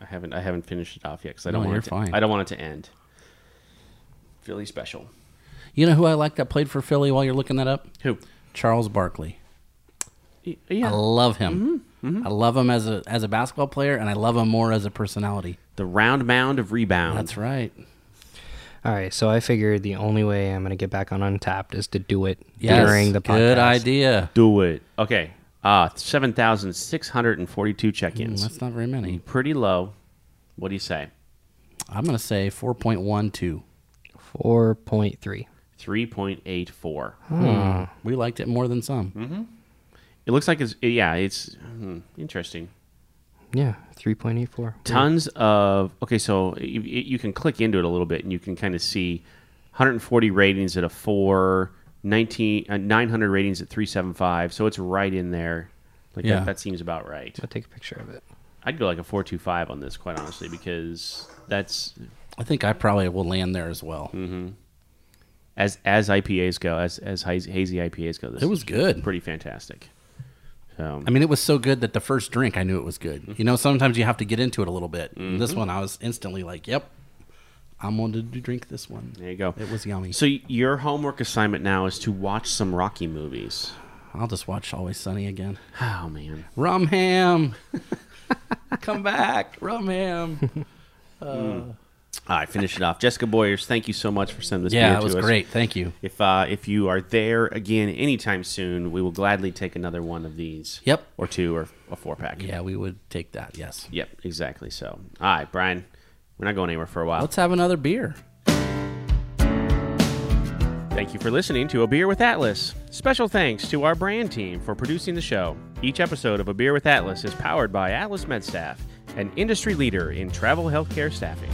Speaker 2: I haven't. I haven't finished it off yet because I don't
Speaker 1: No,
Speaker 2: want
Speaker 1: you're
Speaker 2: it. To,
Speaker 1: fine.
Speaker 2: I don't want it to end. Philly special.
Speaker 1: You know who I like that played for Philly while you're looking that up?
Speaker 2: Who?
Speaker 1: Charles Barkley.
Speaker 2: Y- Yeah,
Speaker 1: I
Speaker 2: Mm-hmm.
Speaker 1: love him. I love him as a as a basketball player, and I love him more as a personality.
Speaker 2: the round mound of rebound.
Speaker 1: That's right.
Speaker 3: All right, so I figured the only way I'm going to get back on Untapped is to do it
Speaker 1: Yes,
Speaker 3: during the podcast.
Speaker 1: good idea.
Speaker 2: Do it. Okay. Uh, seven thousand six hundred and forty-two check-ins.
Speaker 1: Mm, That's not very many.
Speaker 2: Pretty low. What do you say?
Speaker 1: I'm gonna say 4.12.
Speaker 3: 4.3.
Speaker 2: Three point eight four.
Speaker 1: We liked it more than some.
Speaker 2: Mm-hmm. It looks like it's yeah. It's hmm, interesting.
Speaker 3: Yeah, 3.84.
Speaker 2: tons of okay so you, you can click into it a little bit and you can kind of see 140 ratings at a 4 19 uh, 900 ratings at 375 so it's right in there like
Speaker 1: Yeah.
Speaker 2: that, that seems about right
Speaker 3: I'll take a picture of it.
Speaker 2: i'd go like a 425 on this quite honestly because that's
Speaker 1: I think I probably will land there as well.
Speaker 2: as as ipas go as as hazy, hazy ipas go this
Speaker 1: It was
Speaker 2: is
Speaker 1: good.
Speaker 2: pretty fantastic so
Speaker 1: I mean, it was so good that the first drink I knew it was good. You know, sometimes you have to get into it a little bit. This one, I was instantly like, "Yep, I'm going to do- drink this one."
Speaker 2: there you go
Speaker 1: It was yummy.
Speaker 2: so y- your homework assignment now is to watch some rocky movies
Speaker 1: I'll just watch Always Sunny again.
Speaker 2: oh man
Speaker 1: Rum ham, come back, rum ham.
Speaker 2: All right, finish it off. Jessica Boyers, thank you so much for sending this
Speaker 1: Yeah, that
Speaker 2: beer to
Speaker 1: was
Speaker 2: us.
Speaker 1: great. Thank you.
Speaker 2: If uh, if you are there again anytime soon, we will gladly take another one of these.
Speaker 1: Yep.
Speaker 2: Or two or a four pack.
Speaker 1: Yeah, we would take that. Yes.
Speaker 2: Yep, exactly. So, all right, Brian, we're not going anywhere for a while.
Speaker 1: Let's have another beer.
Speaker 2: Thank you for listening to A Beer with Atlas. Special thanks to our brand team for producing the show. Each episode of A Beer with Atlas is powered by Atlas MedStaff, an industry leader in travel healthcare staffing.